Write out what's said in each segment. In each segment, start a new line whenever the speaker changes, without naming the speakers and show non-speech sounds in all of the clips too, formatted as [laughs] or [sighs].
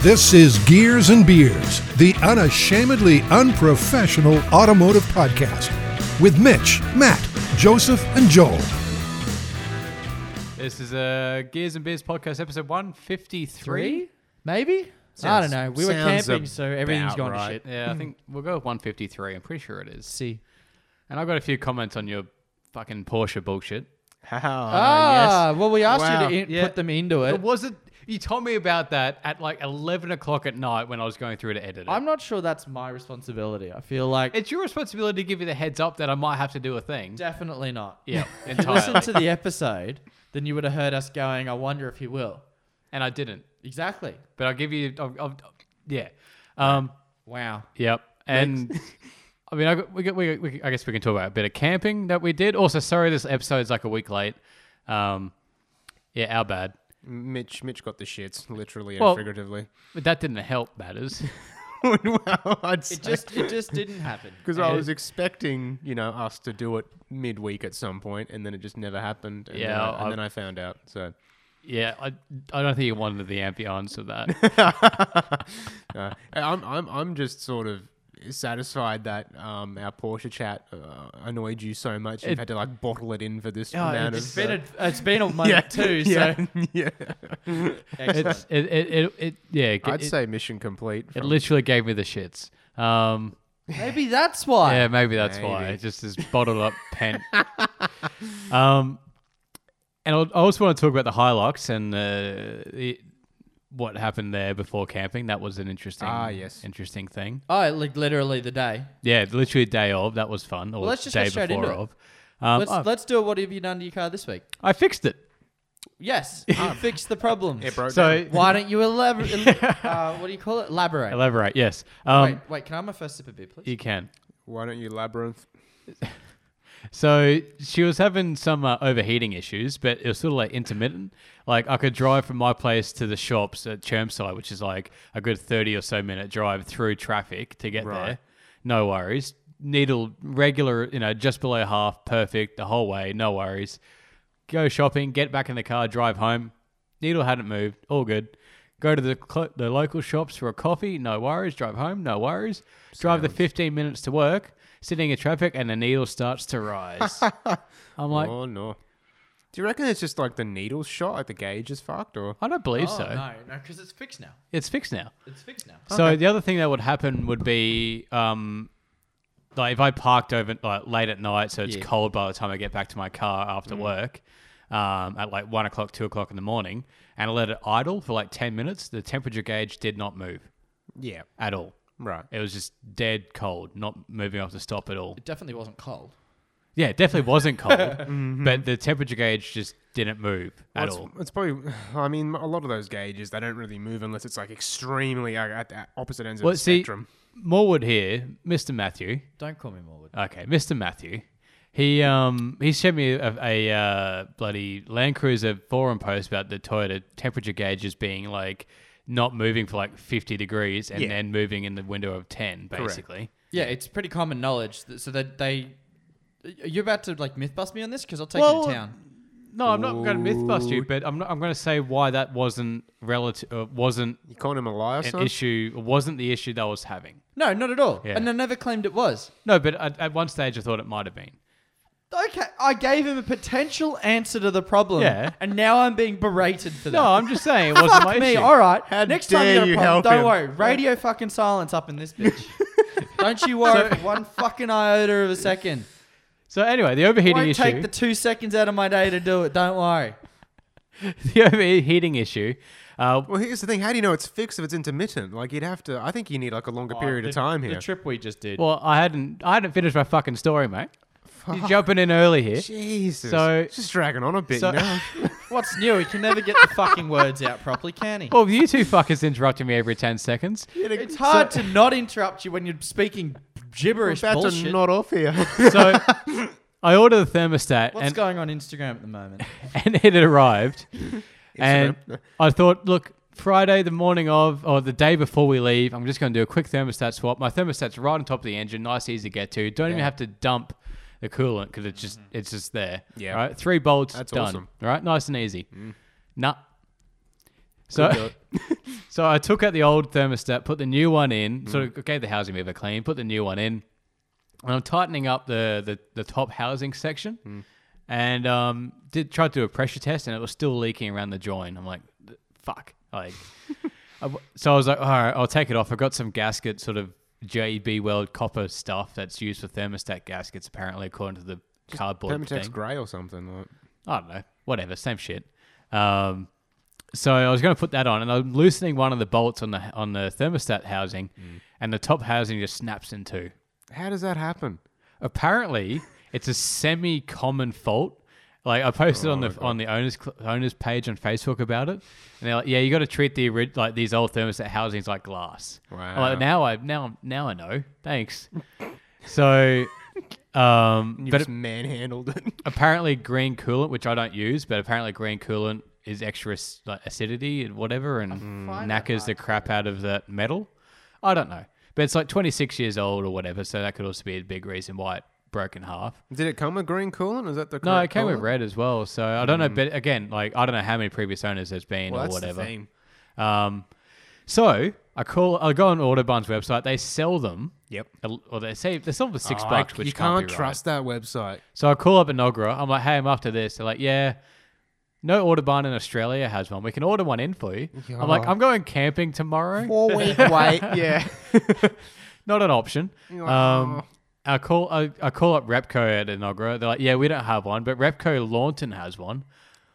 This is Gears and Beers, the unashamedly unprofessional automotive podcast with Mitch, Matt, Joseph, and Joel.
This is a Gears and Beers podcast, episode 153.
Maybe? I don't
Sounds-
know. We were
sounds
camping, so everything's
about
gone
right.
to shit. Hmm.
Yeah, I think we'll go with 153. I'm pretty sure it is.
See.
And I got a few comments on your fucking Porsche bullshit.
Ah, well, we asked you
Wow.
to in-
Uh, Yeah.
put them into
It
it.
wasn't. You told me about that at like 11 o'clock at night when I was going through to edit it.
I'm not sure that's my responsibility. I feel like
it's your responsibility to give you the heads up that I might have to do a thing.
definitely not. [laughs]
yeah,
If you listened
entirely.
to the episode, then you would have heard us going, I wonder if he will.
and I didn't.
Exactly.
But I'll give you. I'll, I'll, yeah. Um,
Wow.
Yep. And [laughs] I mean, I, got- we, got- we, we, I guess we can talk about a bit of camping that we did. Also, sorry, this episode's like a week late. Um, yeah, our bad.
Mitch, Mitch got the shits, literally
Well-
and figuratively. [laughs]
But that didn't help matters.
well, I'd
It
[laughs]
just it just
[laughs]
didn't happen.
because I was expecting, you know, us to do it midweek at some point, and then it just never happened. And then
Yeah,
I, and
I-
then I found out. So
yeah, I, I don't think you wanted the ambiance of that.
uh, I'm, I'm, I'm just sort of satisfied that um, our Porsche chat uh, annoyed you so much. You've
It-
had to like bottle it in for this
Oh,
amount
it's
of. uh,
been a, it's been a month
[laughs]
too, so
[laughs] yeah, yeah.
[laughs] excellent.
it, it, it, it, yeah, it,
I'd
it,
say mission complete.
it
from-
literally gave me the shits. Um,
Maybe that's why. [laughs]
Yeah, maybe that's why.
Maybe.
It just is bottled up pen. um, and I'll- I also want to talk about the Hilux and uh, the, what happened there before camping. That was an interesting,
Ah, yes.
interesting thing.
Oh, like literally the day.
Yeah, literally day of. That was fun. Or
let's just
day
go straight
before
into it.
of. Um,
Let's
I,
let's do it. What have you done to your car this week?
I fixed it. [laughs]
Yes, you fixed the problem.
It broke
So
down.
Why don't you elaborate?
[laughs]
uh, what do you call it? Elaborate.
elaborate. Yes. Um,
wait, wait. Can I have my first sip of beer, please?
You can.
Why don't you labyrinth?
So she was having some uh, overheating issues, but it was sort of like intermittent. Like I could drive from my place to the shops at Chermside, which is like a good thirty or so minute drive through traffic to get
Right.
there. No worries. Needle regular, you know, just below half, perfect the whole way. No worries. Go shopping, get back in the car, drive home. Needle hadn't moved. All good. Go to the cl- the local shops for a coffee. No worries. Drive home. No worries. Drive the fifteen minutes to work. Sitting in traffic, and the needle starts to
[laughs]
rise. I'm like,
oh no. Do you reckon it's just like the needle shot at the gauge is fucked, or
I don't believe
oh,
so.
no, no, because it's fixed now.
It's fixed now.
It's fixed now.
So the other thing that would happen would be, um, like if I parked over like late at night, so it's
Yeah.
cold by the time I get back to my car after work, um, at like one o'clock, two o'clock in the morning, and I let it idle for like ten minutes, the temperature gauge did not move
yeah,
at all.
right?
It was just dead cold, not moving off the stop at all.
It definitely wasn't cold.
Yeah, it definitely wasn't cold,
Mm-hmm.
but the temperature gauge just didn't move
Well,
at
it's,
all.
It's probably. [sighs] I mean, a lot of those gauges they don't really move unless it's like extremely uh, at the opposite ends of
Well,
the
see,
spectrum.
Morwood here, Mr. Matthew,
Don't call me Morwood.
Okay, Mr. Matthew. He um he sent me a, a uh, bloody Land Cruiser forum post about the Toyota temperature gauges being like not moving for like fifty degrees and
Yeah.
then moving in the window of ten, basically.
Yeah, it's pretty common knowledge. That, so that they, are you about to like myth bust me on this? Because I'll take you
Well,
to town.
No, I'm not going to mythbust you, but I'm not, I'm going to say why that wasn't relative uh, wasn't
You calling him a liar,
an
son?
issue wasn't the issue that I was having.
No, not at all.
Yeah.
And I never claimed it was.
No, but at, at one stage I thought it might have [laughs] been.
Okay, I gave him a potential answer to the problem.
Yeah.
And now I'm being berated for that.
No, Oh, I'm just saying it wasn't my
Fuck me.
issue.
All right.
How
Next
dare
time you got a
you
problem,
help
don't
him.
worry. Radio fucking silence up in
[laughs]
this bitch. don't you worry for one fucking iota of a second.
So anyway, the overheating
Won't
issue.
take the two seconds out of my day to do it. Don't worry.
[laughs] the overheating issue. Uh,
Well, here's the thing. How do you know it's fixed if it's intermittent? Like you'd have to. I think you need like a longer
Oh,
period of time here.
The trip we just did.
Well, I hadn't I hadn't finished my fucking story, mate. You're jumping in early here.
Jesus,
So-
it's just dragging on a bit.
so- [laughs]
you know?
What's new? He can never get the fucking words out properly, can he?
Well, you two fuckers interrupting me every ten seconds.
it's
uh,
hard to not interrupt you when you're speaking
We're
gibberish
about to
bullshit.
nod off here. [laughs]
So I ordered the thermostat
What's
and,
going on Instagram at
[laughs]
the moment?
and it had
[laughs]
arrived. and I thought, look, Friday, the morning of, or the day before we leave, I'm just going to do a quick thermostat swap. My thermostat's right on top of the engine, nice, easy to get to. Don't even have to dump the coolant because it's just it's just there.
Yeah.
Right. Three bolts.
That's Mm.
done.
awesome.
Right. Nice and easy. Nah. So, [laughs]
[laughs]
so I took out the old thermostat, put the new one in,
Mm.
sort of gave the housing a bit of a clean, put the new one in, and I'm tightening up the the, the top housing section, and um, did tried to do a pressure test, and it was still leaking around the join. I'm like, fuck, like. I w- so I was like, all right, I'll take it off. I got some gasket sort of JB Weld copper stuff that's used for thermostat gaskets, apparently, according to the cardboard
Thermatex
thing.
grey or something. Like.
I don't know, whatever, same shit. Um, so I was going to put that on, and I'm loosening one of the bolts on the on the thermostat housing, and the top housing just snaps in two.
How does that happen?
Apparently, it's a semi-common fault. Like I posted on the on the owners cl- owners page on Facebook about it, and they're like, "Yeah, you got to treat the ori- like these old thermostat housings like glass." I'm
Wow.
like now I now now I know. Thanks. so, um,
You
but
just manhandled it. [laughs]
apparently green coolant, which I don't use, but apparently green coolant is extra ac- like acidity and whatever, and knackers the crap out of that metal. I don't know, but it's like 26 years old or whatever, so that could also be a big reason why it broke in half.
Did it come with green coolant? Is that the
No, it
correct
came with
colour?
red as well, so I don't know. But again, like I don't know how many previous owners there's been
Hmm. Well,
or
that's the
whatever.
thing.
Um, so I call, I go on Autobahn's website. They sell them.
Yep.
el- Or they say they sell them for six
Oh, I-
bucks, which
you can't,
be right.
trust
[laughs]
that website.
So I call up Inaugura. I'm like, hey, I'm after this. They're like, yeah, no Autobahn in Australia has one. We can order one in for you. I'm like, I'm going camping tomorrow.
Four week wait.
Yeah.
Not an option. Um, I call I, I call up Repco at Inaugura. They're like, yeah, we don't have one, but Repco Launton has one.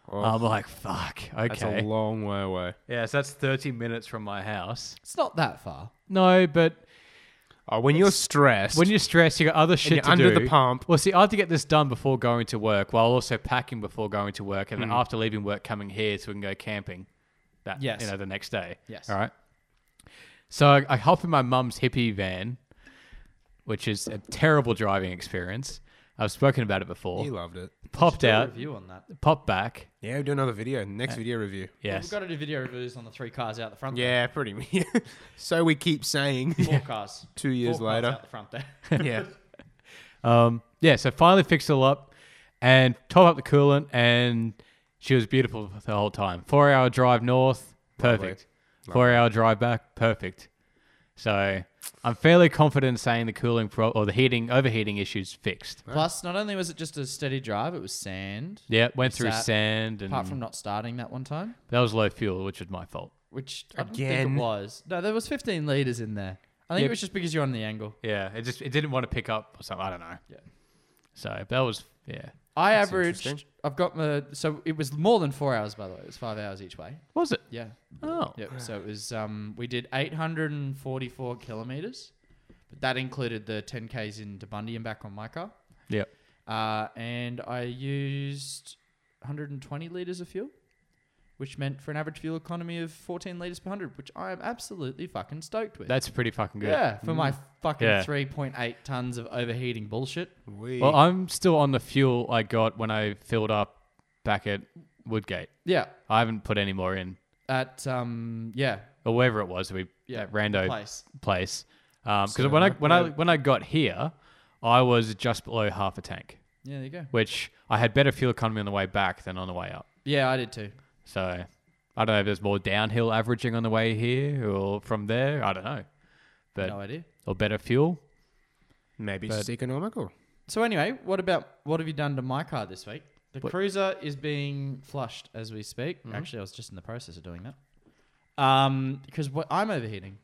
I'm like, fuck, okay.
Oh. That's a long way away.
yeah, so that's 30 minutes from my house.
It's not that far.
No, but
Oh, when you're stressed,
when you're stressed, you got other shit
you're
to
under
do.
the pump.
Well, see, I had to get this done before going to work, while also packing before going to work,
Mm.
and then after leaving work, coming here so we can go camping. That
Yes.
you know the next day.
Yes.
All right. So I, I hop in my mum's hippie van, which is a terrible driving experience. I've spoken about it before.
he loved it.
Popped out,
Review on that.
popped back.
Yeah, we'll do another video. Next video review.
Yes.
We've got to do video reviews on the three cars out the front. There.
Yeah, pretty. [laughs] so we keep saying. [laughs]
Four cars.
Two years
Four cars
later.
out the front there.
[laughs]
yeah.
Um, yeah, so finally fixed it all up and top up the coolant, and she was beautiful the whole time. Four hour drive north, perfect. Four hour drive back, perfect. So I'm fairly confident in saying the cooling pro- or the heating overheating issues fixed.
Plus, not only was it just a steady drive, it was sand.
Yeah, went through
Sat-
sand and
Apart from not starting that one time,
that was low fuel, which was my fault.
which I don't
Again.
think it was. No, there was 15 liters in there. I think
Yep.
it was just because you're on the angle.
Yeah, it just it didn't want to pick up or something. I don't know.
Yeah.
So that was yeah.
I
That's
averaged.
interesting.
I've got my. So it was more than four hours, by the way. It was five hours each way.
Was it?
Yeah.
Oh.
Yep. So it was. Um, we did 844 kilometers, but that included the 10 k's in Debundi and back on my car.
Yep.
Uh, and I used 120 liters of fuel, which meant for an average fuel economy of 14 liters per hundred, which I am absolutely fucking stoked with.
That's pretty fucking good. Mm.
yeah, for my fucking
Yeah.
3.8 tons of overheating bullshit.
We.
Well, I'm still on the fuel I got when I filled up back at Woodgate.
Yeah.
I haven't put any more in,
At um, yeah,
or wherever it was we
Yeah,
that rando
place.
place. Because when I when I when I got here, I was just below half a tank,
yeah, there you go.
which I had better fuel economy on the way back than on the way up.
Yeah, I did too.
So I don't know if there's more downhill averaging on the way here or from there. I don't know, but
No idea.
or better fuel.
Maybe it's just economical.
So anyway, what about what have you done to my car this week? The cruiser is being flushed as we speak. Actually, I was just in the process of doing that. Um, because what I'm overheating.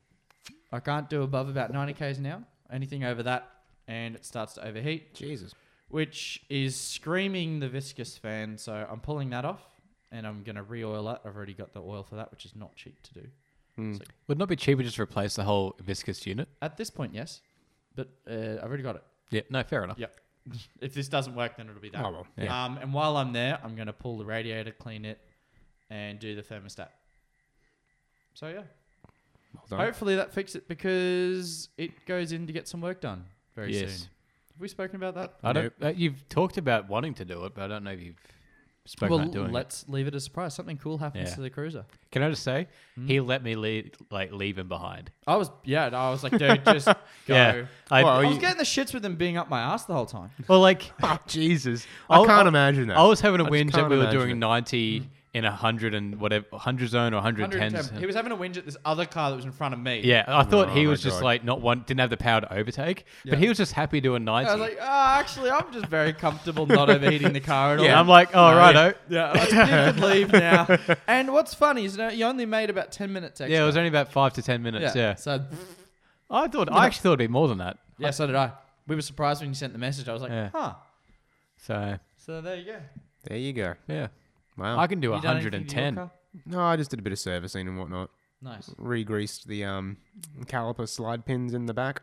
I can't do above about 90 k's now. Anything over that, and it starts to overheat, [laughs]
Jesus.
which is screaming the viscous fan. So I'm pulling that off, and I'm gonna re-oil it. I've already got the oil for that, which is not cheap to do.
Would not it be cheaper just to replace the whole viscous unit?
At this point, yes, but uh, I've already got it.
Yeah, no, fair enough.
Yep. if this doesn't work, then it'll be that.
Oh, well,
Um, and while I'm there, I'm going to pull the radiator, clean it, and do the thermostat. So, yeah.
Well done.
Hopefully that fixes it because it goes in to get some work done very
Yes.
soon. Have we spoken about that?
I don't. Uh, you've talked about wanting to do it, but I don't know if you've spoken
well,
about doing it.
let's leave it a surprise. Something cool happens
Yeah.
to the cruiser.
Can I just say he let me lead, like leave him behind?
I was, yeah, no, I was like, dude,
[laughs]
just go.
I,
Well,
I
you-
was getting the shits with them being up my ass the whole time.
well, like
Oh, Jesus.
I'll-
I can't
I'll-
imagine that.
I was having a
I just
whinge that
can't
we were
imagine
doing
it.
ninety in a hundred and whatever hundred zone or Hmm. hundred ten.
110. He was having a whinge at this other car that was in front of me.
Yeah, I thought he
Oh,
was
my
just
God.
like not one didn't have the power to overtake,
Yeah.
but he was just happy doing ninety.
I was like, oh, actually, I'm just very comfortable not overheating the car at all.
and I'm like, oh,
No,
righto.
yeah, I you could leave now. [laughs] And what's funny is that you only made about 10 minutes extra.
Yeah, it was only about five to ten minutes. Yeah,
So,
I thought I actually thought it'd be more than that.
yeah, so did I. We were surprised when you sent the message. I was like,
Yeah.
huh.
So
So there you go.
There you go.
yeah,
Wow.
I can do
You done
hundred
anything to
and
your
ten.
car?
no, I just did a bit of servicing and whatnot.
Nice.
Re-greased the um, caliper slide pins in the back.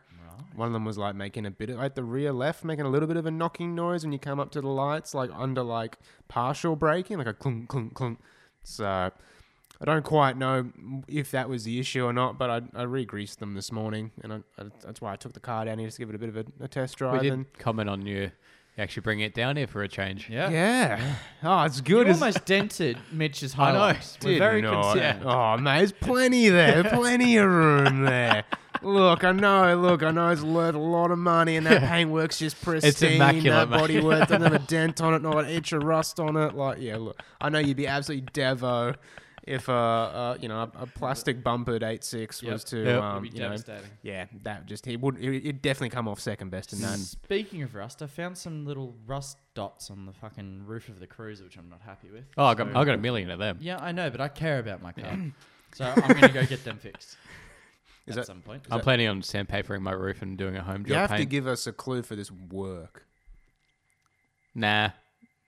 One of them was like making a bit of like the rear left, making a little bit of a knocking noise when you come up to the lights, like under like partial braking, like a clunk clunk clunk. So I don't quite know if that was the issue or not, but I, I re-greased them this morning, and I, I, that's why I took the car down here just to give it a bit of a, a test
We
drive.
did
and
comment on you actually bringing it down here for a change.
Yeah.
yeah, [sighs] oh, it's
You
good. It's-
almost dented Mitch's
I know.
highlights. We're
Did
very
not.
concerned.
Oh, mate, there's plenty there. plenty of room there. Look, I know. Look, I know it's worth a lot of money, and that paintwork's just pristine.
immaculate,
That
mate.
body work doesn't have a dent on it, not an inch of rust on it. Like, yeah, look, I know you'd be absolutely devo if uh, uh you know a, a plastic bumpered eight six
Yep.
was to
Yep.
um
It'd be
you know,
devastating.
yeah that just he would it, it'd definitely come off second best in that.
Speaking of rust, I found some little rust dots on the fucking roof of the cruiser, which I'm not happy with.
Oh, I got
So-
I got a million of them.
Yeah, I know, but I care about my car. [coughs] so I'm going to go get them fixed
[laughs]
at
Is that-
some point.
I'm planning on sandpapering my roof and doing a home
You
job
have to
paint.
give us a clue for this work.
nah.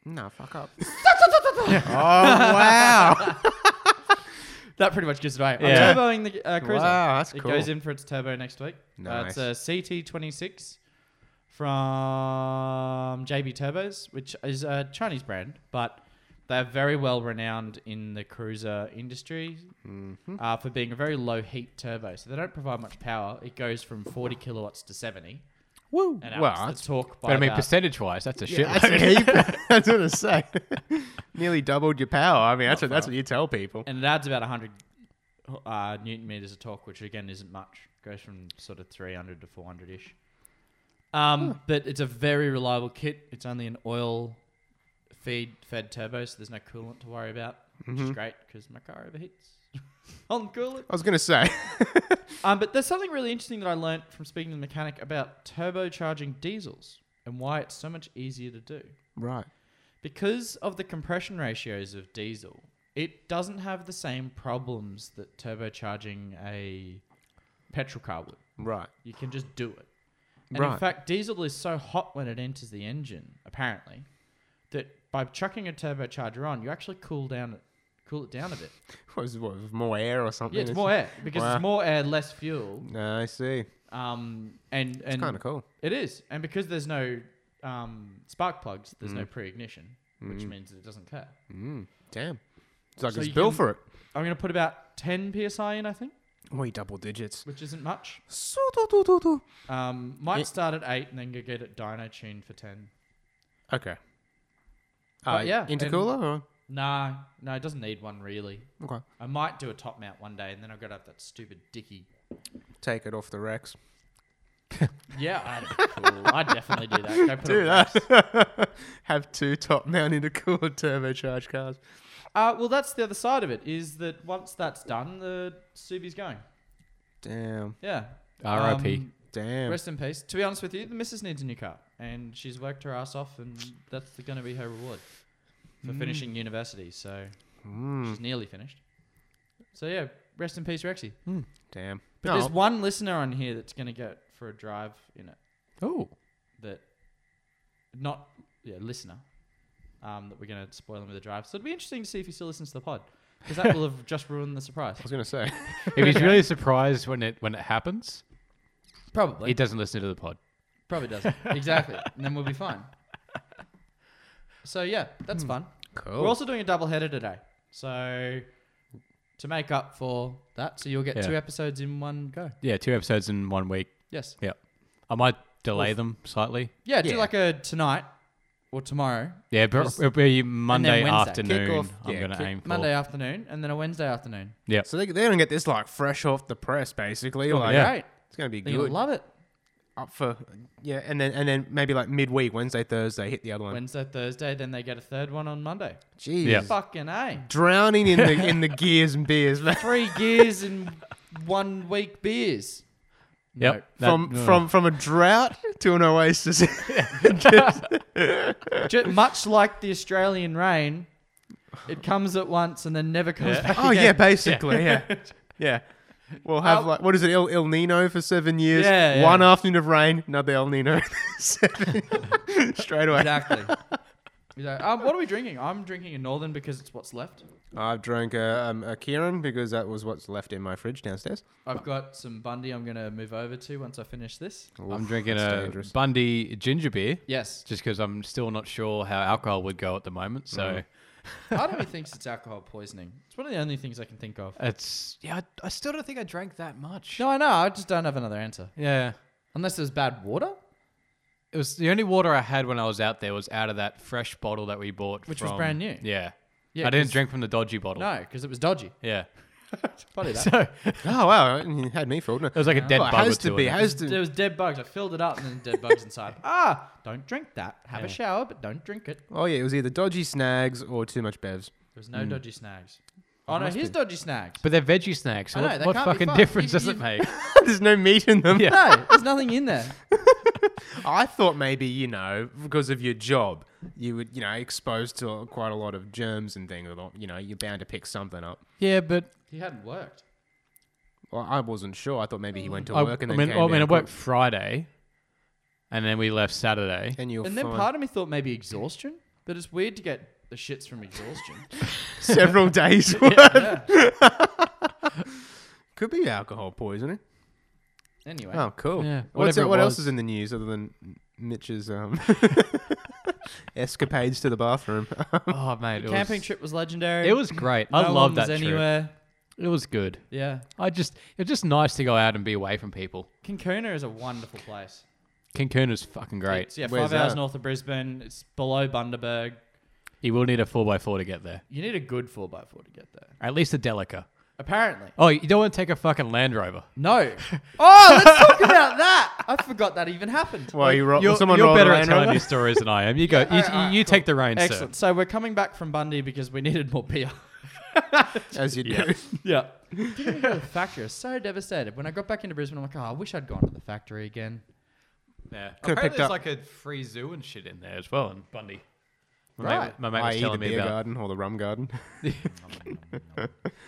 No, fuck up. [laughs] oh wow!
That pretty much gives it away.
Yeah.
I'm turboing the uh, cruiser.
Wow, that's cool.
It goes in for its turbo next week.
Nice.
Uh, it's a CT26 from JB Turbos, which is a Chinese brand, but they're very well renowned in the cruiser industry
Mm-hmm.
uh, for being a very low heat turbo. So they don't provide much power. It goes from 40 kilowatts to 70.
Woo!
And
well,
ups
that's
the torque by
But I mean,
about-
percentage wise, that's a shit.
Yeah,
[laughs]
[laughs] that's a heap.
[laughs]
I was gonna say, nearly doubled your power. I mean, that's what, that's what you tell people.
and it adds about 100 uh, newton meters of torque, which again isn't much. Goes from sort of 300 to 400 ish. Um, But it's a very reliable kit. It's only an oil feed fed turbo, so there's no coolant to worry about, which is great because my car overheats [laughs] on coolant.
I was gonna say, [laughs]
Um, but there's something really interesting that I learnt from speaking to the mechanic about turbocharging diesels and why it's so much easier to do
right?
because of the compression ratios of diesel, it doesn't have the same problems that turbocharging a petrol car would.
Right.
You can just do it. And in
Right.
fact, diesel is so hot when it enters the engine, apparently, that by chucking a turbocharger on, you actually cool down it, cool it down a bit.
What is it, what, more air or something?
Yeah, it's more air because
Wow.
it's more air, less fuel.
No, I see.
Um, and and
Kind of cool.
It is, and because there's no um, spark plugs, there's no pre-ignition, which means it doesn't care.
Mm, damn. It's like
So
it's
you
built
can-
for it.
I'm going to put about 10 psi in, I think,
We double digits.
which isn't much.
So-do-do-do-do.
Um, might
Yeah.
start at 8 and then go get it dyno tuned for 10.
Okay. Uh,
But yeah, and-
intercooler.
Nah, no, it doesn't need one really.
Or? Okay.
I might do a top mount one day and then I've got to have that stupid dicky.
Take it off the Rex.
[laughs] Yeah, I, cool. I definitely do that. Go put
Do
a
that.
Rex-
[laughs] Have two top mount intercooler [laughs] turbocharged cars.
[laughs] Uh, well, that's the other side of it is that once that's done, the Subi's going.
Damn.
Yeah.
R.I.P..
Um,
Damn.
Rest in peace. To be honest with you, the missus needs a new car, and she's worked her ass off, and that's going to be her reward for finishing university. So
Mm,
she's nearly finished. So yeah, rest in peace, Rexy.
damn.
But there's one listener on here that's going to go for a drive in it.
Oh,
That not yeah listener. Um, that we're going to spoil him with a drive. So it'd be interesting to see if he still listens to the pod, because that will have just ruined the surprise.
I was gonna [laughs] say.
if he's really surprised when it when it happens,
Probably.
he doesn't listen to the pod.
Probably doesn't. exactly. And then we'll be fine. So yeah, that's fun.
Cool.
We're also doing a double header today. So to make up for that, so you'll get
Yeah.
two episodes in one go.
Yeah, two episodes in one week.
Yes.
Yeah, I might delay them slightly.
Yeah, do
Yeah.
like a tonight or tomorrow,
Yeah, but
Just-
it'll be Monday
Wednesday. Kick
afternoon.
off-
I'm
yeah,
going to
kick-
aim for
Monday afternoon, and then a Wednesday afternoon.
So they, they don't get this like fresh off the press, basically. Like,
Yeah.
Great.
It's gonna be
You're gonna
good.
love it.
up for yeah, and then and then maybe like midweek, Wednesday, Thursday, hit the other one.
Wednesday, Thursday, then they get a third one on Monday.
Jeez,
Yeah.
Fucking A.
drowning in [laughs] the in the gears and beers, man.
Three gears and [laughs] one week beers.
Yep. that-
From
ugh.
from from a drought to an [laughs] oasis.
Ju- much like the Australian rain, it comes at once and then never comes back.
oh
again.
yeah, basically, yeah, [laughs] yeah. We'll have like what is it, El, El Nino for seven years?
Yeah, yeah.
One afternoon of rain, another El Nino, [laughs] seven [laughs] straight away.
Exactly. [laughs] You know, um, what are we drinking? I'm drinking a Northern because it's what's left.
I've drank a, um, a Kieran because that was what's left in my fridge downstairs.
I've got some Bundy I'm going to move over to once I finish this.
I'm drinking
that's
a
dangerous.
Bundy ginger beer
Yes.
just because I'm still not sure how alcohol would go at the moment. So
Part of me thinks it's alcohol poisoning. It's one of the only things I can think of.
it's, yeah, I, I still don't think I drank that much.
No, I know. I just don't have another answer.
Yeah.
Unless there's bad water,
It was the only water I had when I was out there was out of that fresh bottle that we bought,
Which was
from-
brand new.
Yeah,
Yeah,
I didn't
'cause-
drink from the dodgy bottle.
no, because it was dodgy.
Yeah,
[laughs] Funny that.
so it
Oh wow, you had me fooled. It
was like a dead
well, it
bug
has
or two
to
in
be.
it.
Has
there
to.
was dead bugs. I filled it up and then dead bugs inside. [laughs] Ah, don't drink that. Have a shower, but don't drink it.
Oh yeah, it was either dodgy snags or too much bevs. [laughs]
There's no dodgy snags. Mm. Oh no, here's dodgy snags.
But they're veggie snacks. So
I know,
what
they
what
can't be
fucking
fucked.
difference
You-
does it
you-
make?
There's no meat in them.
Yeah.
no, there's nothing in there.
I thought maybe you know because of your job, you would you know exposed to quite a lot of germs and things. a lot- You know, you're bound to pick something up.
yeah, but
[laughs] He hadn't worked.
Well, I wasn't sure. I thought maybe he went to
I,
work and
I mean,
then came
I mean, I
down
worked Friday, and then we left Saturday.
and you're
And then part of me thought maybe exhaustion, but it's weird to get the shits from [laughs] exhaustion.
several
[laughs]
days worth. [laughs] Could be alcohol poisoning.
Anyway,
Oh, cool.
Yeah,
What's,
whatever it
what else
was.
is in the news other than Mitch's um,
[laughs]
escapades to the bathroom?
oh mate, it
camping
was,
trip was legendary.
It was great.
No
I
one
love
was
that trip.
anywhere.
It was good.
Yeah,
I just it was just nice to go out and be away from people.
Cancuna is a wonderful place.
Cancun is fucking great.
It's, yeah,
Where's
five hours
that?
north of Brisbane. It's below Bundaberg.
You will need a four x four to get there.
You need a good four x four to get there.
At least a Delica.
Apparently,
Oh, you don't want to take a fucking Land Rover.
no. [laughs] oh, let's talk about that. I forgot that even happened.
well, you ro-
You're,
someone
you're
rolled
better
a
at
Land
telling
Rover?
these stories than I am. You
[laughs]
go. you
alright, alright,
you, you take the reins,
Excellent. So we're coming back from Bundy because we needed more beer. [laughs]
as you do.
Yeah. Didn't even go to the factory. I was so devastated. When I got back into Brisbane, I'm like, oh, I wish I'd gone to the factory again.
sir. Yeah.
Could've
Apparently,
picked
there's
up-
like a free zoo and shit in there as well in Bundy. My mate,
Right.
my mate was
i.e. the
telling me
beer
about.
garden or the
[laughs]
rum garden.
It's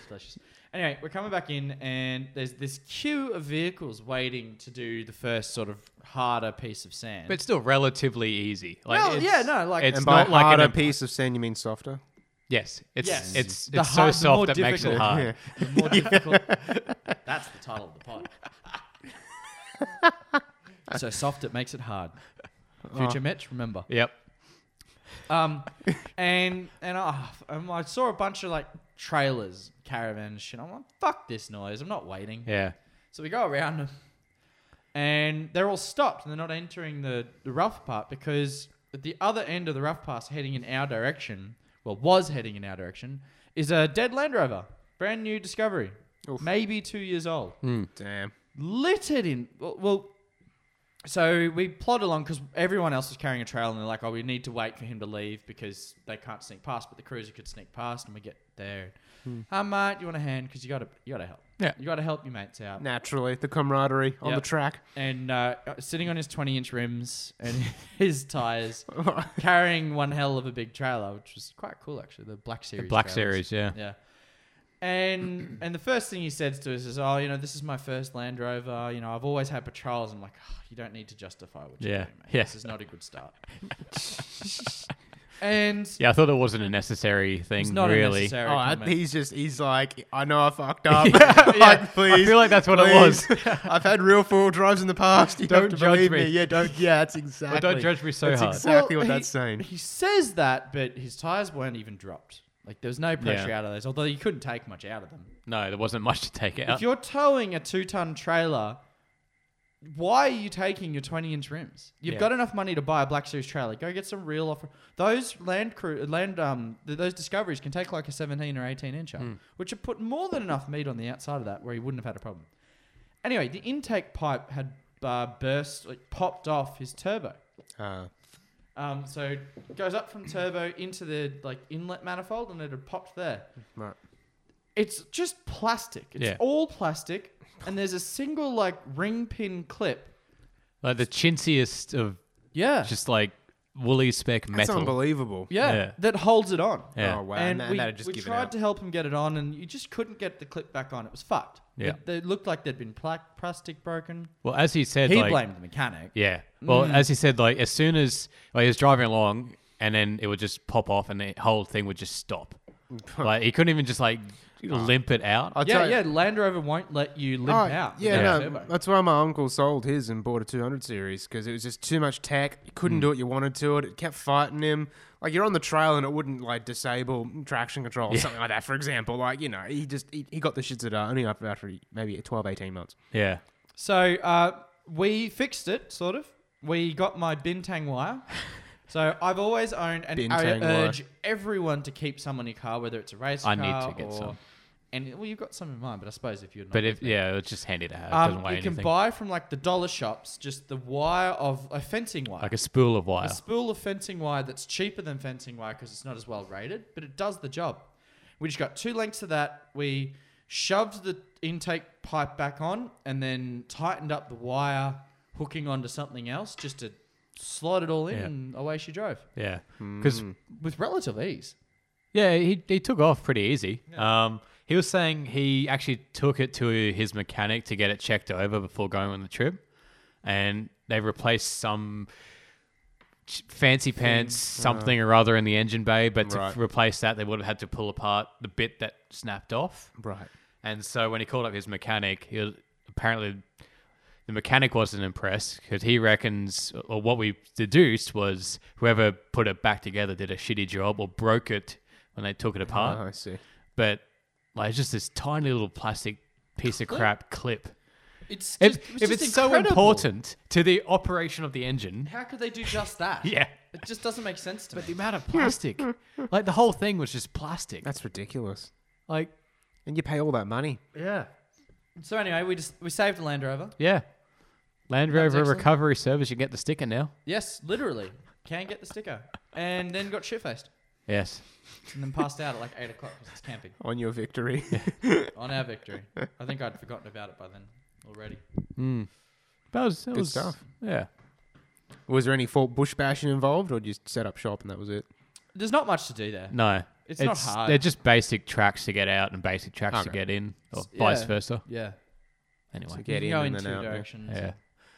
delicious. Anyway, we're coming back in, and there's this queue of vehicles waiting to do the first sort of harder piece of sand.
But it's still relatively easy. Like,
Well,
it's-
yeah, no, like-
it's
and by
not like
harder
an,
piece of sand, you mean softer?
Yes, it's
Yes.
it's
The
it's so
hard- the more
soft that makes it
difficult.
hard. [laughs]
Yeah.
The more difficult. That's the title of the pod. so soft it makes it hard. Future Mitch, remember.
Yep.
Um, and and, oh, and I saw a bunch of like trailers, caravans, shit. I'm like, fuck this noise. I'm not waiting.
Yeah.
So we go around them, and they're all stopped, and they're not entering the, the rough part because at the other end of the rough pass, heading in our direction, well, was heading in our direction, is a dead Land Rover, brand new Discovery,
Oof. Hmm.
maybe two years old,
Hmm.
Damn.
littered in well. well so we plod along because everyone else was carrying a trailer, and they're like, "Oh, we need to wait for him to leave because they can't sneak past." But the cruiser could sneak past, and we get there. Hi, mate. You want a hand? Because you gotta, you gotta help.
Yeah.
you gotta help your mates out
Naturally, the camaraderie on the
Yep.
track.
and uh, sitting on his 20 inch rims and [laughs] his
[laughs]
tires, carrying one hell of a big trailer, which was quite cool actually. The Black Series.
Black
trailers.
Series. Yeah.
Yeah. And and the first thing he says to us is, "Oh, you know, this is my first Land Rover. You know, I've always had patrols." I'm like, oh, "You don't need to justify what you're
Yeah.
doing, mate.
Yeah.
This is not a good start." [laughs] and
[laughs] Yeah. I thought it wasn't a necessary thing.
it's not a
really.
necessary
Oh, I-
comment.
he's just, he's like, I know
[laughs]
I fucked up.
yeah.
[laughs] like, please.
I feel like that's what it was.
please. [laughs] I've had real four wheel drives in the past. You
Don't
have to
judge
believe
me.
me. Yeah, don't. Yeah, that's exactly.
don't judge me so
that's
hard.
exactly
Well,
what
he-
that's saying.
He says that, but his tires weren't even dropped. Like there was no pressure
Yeah.
out of those, although you couldn't take much out of them.
No, there wasn't much to take out.
If you're towing a two ton trailer, why are you taking your 20 inch rims? You've
Yeah.
got enough money to buy a Black Series trailer. Go get some real offer. Those land crew, land, um, th- those discoveries can take like a 17 or 18 incher, which would put more than enough meat on the outside of that where you wouldn't have had a problem. Anyway, the intake pipe had uh, burst, like popped off his turbo.
Uh,
Um, so it goes up from turbo into the like inlet manifold, and it had popped there.
right.
It's just plastic. It's
Yeah.
all plastic, and there's a single like ring pin clip.
Like the chintziest of
Yeah,
just like woolly spec
That's
metal.
unbelievable.
yeah,
Yeah.
that holds it on.
Yeah.
Oh wow.
and
And, that-
we,
that'd just
we
give it
tried
out.
to help him get it on, and you just couldn't get the clip back on. It was fucked.
Yeah.
It, they looked like there'd been pla- plastic broken.
Well, as he said,
He
like,
blamed the mechanic.
Yeah. Well,
Mm.
as he said, like as soon as like, he was driving along, and then it would just pop off, and the whole thing would just
[laughs]
stop. like he couldn't even just like
Ah.
limp it out.
I'll
Yeah,
tell you-
yeah, Land Rover won't let you limp
Oh,
out.
Yeah,
without
no,
turbo.
that's why my uncle sold his and bought a 200 series because it was just too much tech. You couldn't do what you wanted to it. It kept fighting him. Like you're on the trail and it wouldn't like disable traction control or something like that. For example, like you know, he just he, he got the shits at uh, only after, after maybe 12, 18 months.
yeah.
So uh, we fixed it, sort of. We got my bintang wire. So I've always owned, and I
Bintang wire.
urge everyone to keep some on your car, whether it's a race
I
car
need to get
or,
some.
And well, you've got some in mind, but I suppose if you're not,
But if yeah, it's just handy to have. It doesn't
um,
weigh
you can
anything.
buy from like the dollar shops just the wire of a fencing wire,
like a spool of wire.
a spool of fencing wire that's cheaper than fencing wire because it's not as well rated, but it does the job. We just got two lengths of that. We shoved the intake pipe back on and then tightened up the wire hooking onto something else just to slot it all in
Yeah.
and away she drove
yeah. Because
Hmm.
with relative ease.
yeah, he he took off pretty easy. Um. He was saying he actually took it to his mechanic to get it checked over before going on the trip, and they replaced some ch- fancy pants something or other in the engine bay. But to
Right.
replace that, they would have had to pull apart the bit that snapped off.
Right.
And so when he called up his mechanic, he was, apparently the mechanic wasn't impressed because he reckons, or what we deduced was whoever put it back together did a shitty job or broke it when they took it apart.
Oh, I see.
But like it's just this tiny little plastic piece of crap clip.
It's
If,
just, it was
if
just
it's so
incredible.
important to the operation of the engine,
how could they do just
[laughs]
that?
Yeah.
it just doesn't make sense to me.
the amount of plastic,
Hmm.
like the whole thing was just plastic.
That's ridiculous.
like
And you pay all that money.
Yeah. So anyway, we just we saved a Land Rover.
yeah, Land Rover
excellent.
Recovery Service. You get the sticker now.
Yes, literally. Can get the sticker. And then got shit faced.
Yes.
And then passed out at like 8 o'clock because it's camping
On your victory.
on our victory. I think I'd forgotten about it by then already.
That was, that
Good
was
stuff.
Yeah.
[laughs] was there any fault bush bashing involved, or just set up shop and that was it?
There's not much to do there.
No.
It's not hard.
They're just basic tracks to get out and basic tracks to
Okay.
get in, or
Yeah.
vice versa.
Yeah.
Anyway.
To get
you
in
can
and
go in
then
two
out. yeah.
directions.
Yeah.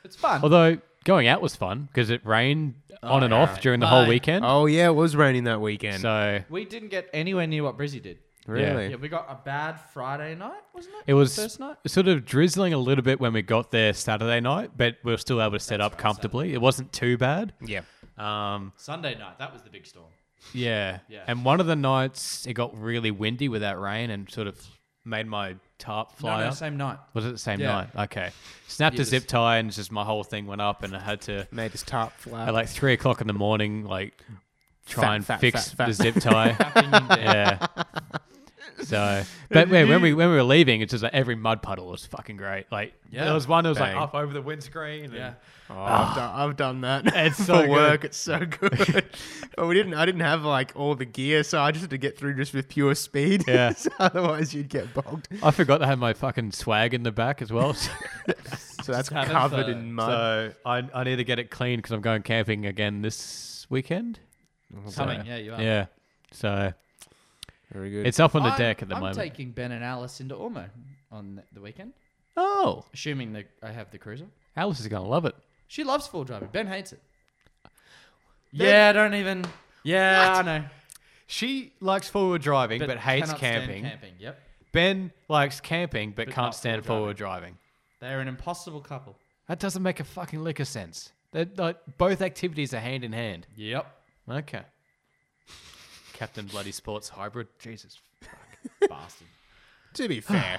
It's fun.
Although going out was fun because it rained on and off during the whole
Oh, Mate.
weekend.
Oh yeah, it was raining that weekend.
So
we didn't get anywhere near what Brizzy did.
really.
Yeah, we got a bad Friday night, wasn't it?
it was
First night?
sort of drizzling a little bit when we got there Saturday night, but we were still able to set up comfortably. It wasn't too bad.
yeah.
Um,
Sunday night. That was the big storm.
yeah.
Yeah.
And one of the nights it got really windy with that rain and sort of made my tarp fly
No, no,
up. [laughs]
same night.
Was it the same
Yeah.
night? Okay. Snapped a
Yes.
zip tie and just my whole thing went up and I had to
Made his top flat.
at like three o'clock in the morning, like try
Fat,
and
fat,
fix
fat, fat.
the zip
[laughs]
tie.
Fucking-
yeah. So, but yeah, when we when we were leaving, it's just like every mud puddle was fucking great. Like
Yeah.
there was one that was
Bang.
like up over the windscreen. And,
yeah.
Oh, I've, done, I've done that.
Ah.
[laughs]
It's
for
so good.
work. It's so good. [laughs] but we didn't. I didn't have like all the gear, so I just had to get through just with pure speed. [laughs]
Yeah.
So otherwise, you'd get bogged.
I forgot to have my fucking swag in the back as well. So, [laughs]
So that's
have it
covered
for-
in mud.
so I I need to get it clean because I'm going camping again this weekend.
Coming.
So,
Yeah, you are.
Yeah. So
Very good.
it's up on the
I'm-
deck at the
I'm
moment.
taking Ben and Alice into Ormo on the weekend,
oh,
assuming that I have the cruiser.
Alice is gonna love it.
She loves full driving. Ben hates it. Yeah, don't even. Yeah, I know.
She likes forward driving but, hates
cannot stand
camping.
camping. Yep.
Ben likes camping but,
But
can't
not
stand
forward
forward driving.
They're an impossible couple.
That doesn't make a fucking lick of sense. That like, both activities are hand in hand.
Yep.
Okay. Captain Bloody Sports Hybrid. Jesus. [laughs]
Bastard.
to [sighs] be fair.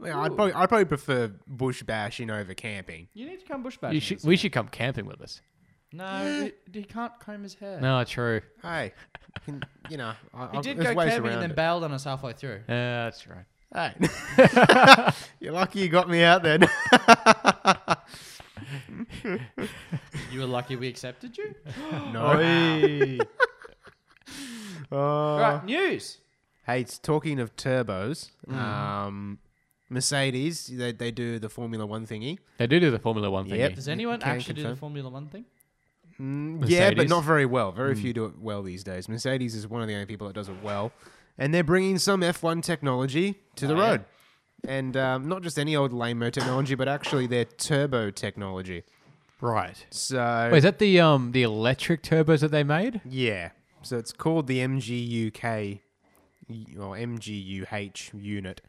Well, I'd probably I'd probably prefer bush bashing over camping.
You need to come bush bashing.
You should, we should come camping with us.
no, he, he can't comb his hair.
No, true.
Hey, you can- you know, I,
He
I,
did
there's
go
ways
camping and
around
then
it.
bailed on us halfway through.
Yeah, that's right.
[laughs] Hey. You're lucky you got me out then.
You were lucky we accepted you.
[laughs] No. Oh.
right, news.
Hey, it's talking of turbos.
Mm.
Um, Mercedes, they, they do the Formula One thingy.
They do do the Formula One thing.
Yep.
Does anyone
Can
actually do the
confirm.
Formula One thing?
Mm, yeah, but
Mercedes.
not very well.
Mm.
Very few do it well these days. Mercedes is one of the only people that does it well, and they're bringing some F1 technology to the
Oh, yeah.
road, and um, not just any old lameo technology, but actually their turbo technology.
Right.
So
Wait, is that the um the electric turbos that they made?
yeah, so it's called the MGUK or MGUH unit.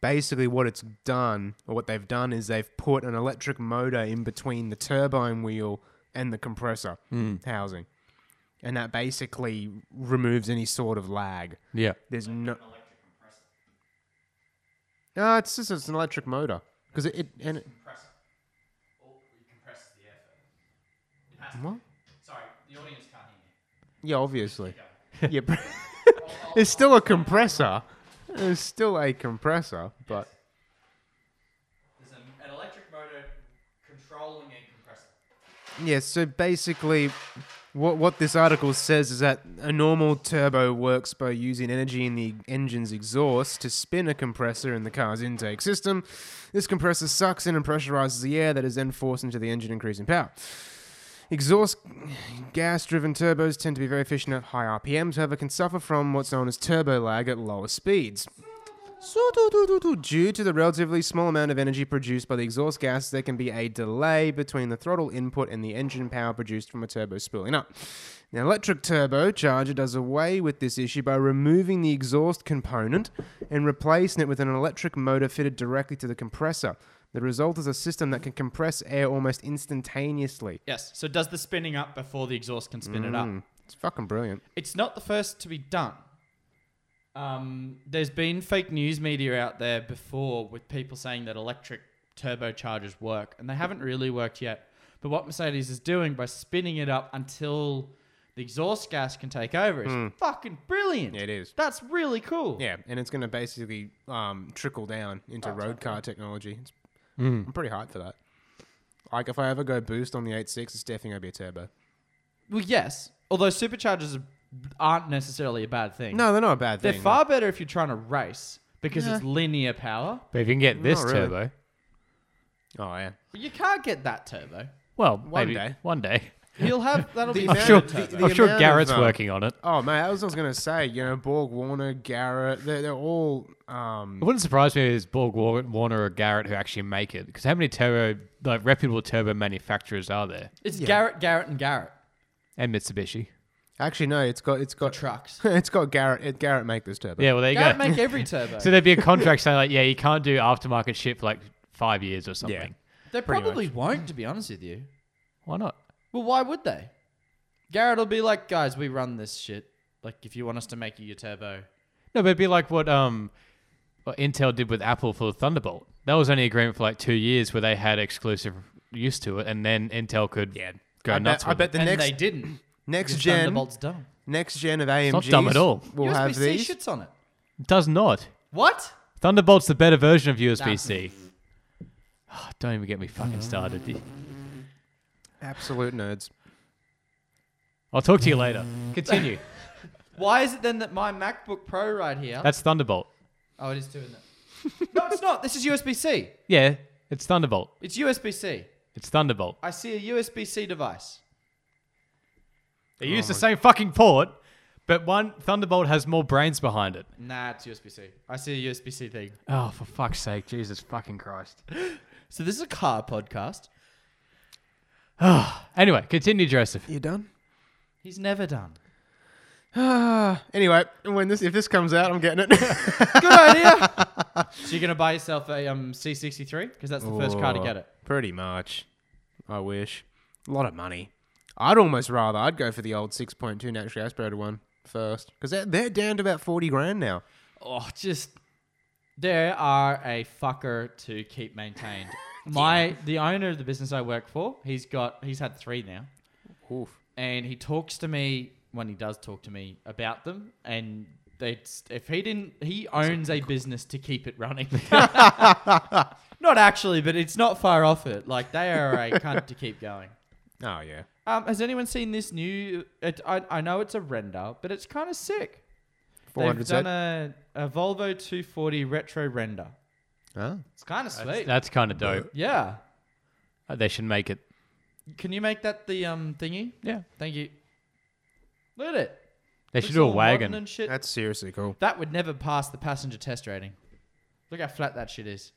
Basically, what it's done, or what they've done, is they've put an electric motor in between the turbine wheel and the compressor housing, and that basically removes any sort of lag.
Yeah.
There's no. No, it's just it's an electric motor because it, it and it, What?
Sorry, the audience can't hear me.
yeah, obviously. yeah, but- [laughs] it's still a compressor. It's still a compressor, but
There's an electric motor controlling a compressor.
yeah. So basically, what what this article says is that a normal turbo works by using energy in the engine's exhaust to spin a compressor in the car's intake system. This compressor sucks in and pressurizes the air that is then forced into the engine, increasing power. Exhaust gas driven turbos tend to be very efficient at high RPMs, however, can suffer from what's known as turbo lag at lower speeds. Due to the relatively small amount of energy produced by the exhaust gas, there can be a delay between the throttle input and the engine power produced from a turbo spooling up. An electric turbocharger does away with this issue by removing the exhaust component and replacing it with an electric motor fitted directly to the compressor. The result is a system that can compress air almost instantaneously.
Yes. So it does the spinning up before the exhaust can spin it up.
It's fucking brilliant.
It's not the first to be done. Um, there's been fake news media out there before with people saying that electric turbochargers work, and they haven't really worked yet. But what Mercedes is doing by spinning it up until the exhaust gas can take over is fucking brilliant.
Hmm. It is.
That's really cool.
Yeah, and it's going to basically um, trickle down into road car technology. It's, I'm pretty hyped for that. Like, if I ever go boost on the 8.6, it's definitely going to be a turbo.
Well, yes. Although superchargers are- aren't necessarily a bad thing.
No, they're not a bad
They're
thing.
far better if you're trying to race because it's linear power.
But if you can get this
really.
turbo,
Oh, yeah.
But you can't get that turbo.
well,
One
maybe
day.
one day.
You'll have that'll be
I'm
I'm
standard
sure,
turbo.
the
I'm sure
amount of,
Garrett's
um,
working on it.
Oh, man, that was what I was going to say. You know, Borg, Warner, Garrett, they're, they're all. Um,
It wouldn't surprise me if it's Borg Wa- Warner or Garrett who actually make it. Because how many turbo, like reputable turbo manufacturers are there?
It's Garrett, Garrett, and Garrett
And Mitsubishi.
actually, no, it's got. It's got.
trucks.
[laughs] it's got Garrett. It, Garrett make this turbo.
Yeah, well, there you
Garrett
go.
make
[laughs]
every
[laughs]
turbo.
so there'd be a contract saying, like, yeah, you can't do aftermarket shit for like five years or something.
they probably won't, to be honest with you.
Why not?
Well, why would they? Garrett will be like, guys, we run this shit. Like, if you want us to make you your turbo,
No, but it'd be like what um, what Intel did with Apple for Thunderbolt. That was only an agreement for like two years where they had exclusive use to it, and then Intel could go
I
nuts
bet, I
with
bet
it.
the
and
next
they didn't.
next
Because
gen
Thunderbolt's dumb.
next gen of
not
AMGs
dumb at all.
will have
USB-C
these.
shits on it.
It does not.
What?
Thunderbolt's the better version of USB-C. Oh, [sighs] don't even get me fucking started.
Absolute nerds.
I'll talk to you later. Continue.
Why is it then that my MacBook Pro right here?
[laughs]
Uh,
That's Thunderbolt.
oh, it is too, isn't it? no, it's not. This is USB-C.
Yeah, it's Thunderbolt.
It's USB-C.
It's Thunderbolt.
I see a USB-C device.
They use the same fucking port, but one Thunderbolt has more brains behind it.
Nah, it's USB-C. I see a USB-C thing.
Oh, for fuck's sake, Jesus fucking Christ.
So this is a car podcast.
Anyway, continue, Joseph.
You done?
He's never done.
Ah, Anyway, when this if this comes out, I'm getting it. [laughs]
Good idea. so you're gonna buy yourself a um C63 because that's the first car to
Oh,
get it.
Pretty much. I wish. A lot of money. I'd almost rather I'd go for the old 6.2 naturally aspirated one first because they're, they're down to about 40 grand now.
Oh, just there are a fucker to keep [laughs] maintained. My the owner of the business I work for, he's got he's had three now,
Oof.
and he talks to me when he does talk to me about them, and They if he didn't, he owns a business to keep it [laughs] running. not actually, but it's not far off it. Like they are a cunt to keep going.
Oh yeah.
Um, has anyone seen this new? It, I I know it's a render, but it's kind of sick. They've
400
done
set.
a, a Volvo 240 retro render.
Oh.
It's kind of sweet.
That's kind of dope.
yeah.
Uh, They should make it.
Can you make that the um thingy?
Yeah.
Thank you. Look at it.
They
Looks
should do a
all modern
wagon.
and shit.
That's seriously cool.
That would never pass the passenger test rating. Look how flat that shit is.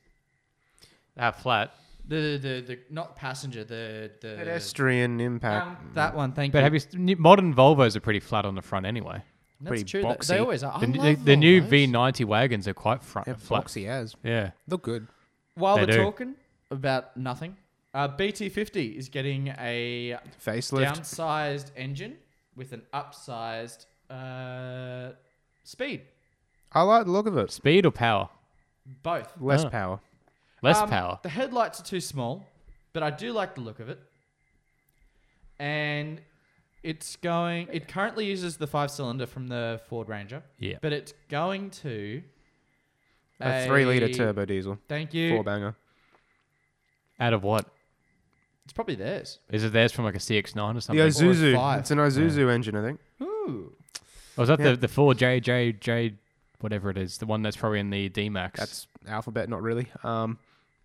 How flat.
The the, the not passenger the the
Pedestrian impact.
Um, that one. Thank
But
you.
have you s- new- modern Volvos are pretty flat on the front anyway.
That's
pretty
true. They- They
boxy.
always are. I
The, n- the,
love
the new
Volvos.
V90 wagons are quite front
yeah,
flat.
Foxy as.
Yeah.
Look good.
While
They
we're
do.
talking about nothing, uh, BT50 is getting a
Facelift.
downsized engine with an upsized uh, speed.
I like the look of it.
Speed or power?
Both.
Less
Oh.
power.
Less
Um,
power.
The headlights are too small, but I do like the look of it. And it's going. It currently uses the five cylinder from the Ford Ranger.
Yeah.
But it's going to
A, three liter
a-
turbo diesel.
Thank you.
Four banger.
Out of what?
It's probably theirs.
Is it theirs from like a CX9 or
The
something?
Isuzu.
five.
It's an Isuzu engine, I think.
Ooh.
Or Oh, is that
Yeah.
the, the 4JJJ, whatever it is, the one that's probably in the D Max?
That's Alphabet, not really. Um,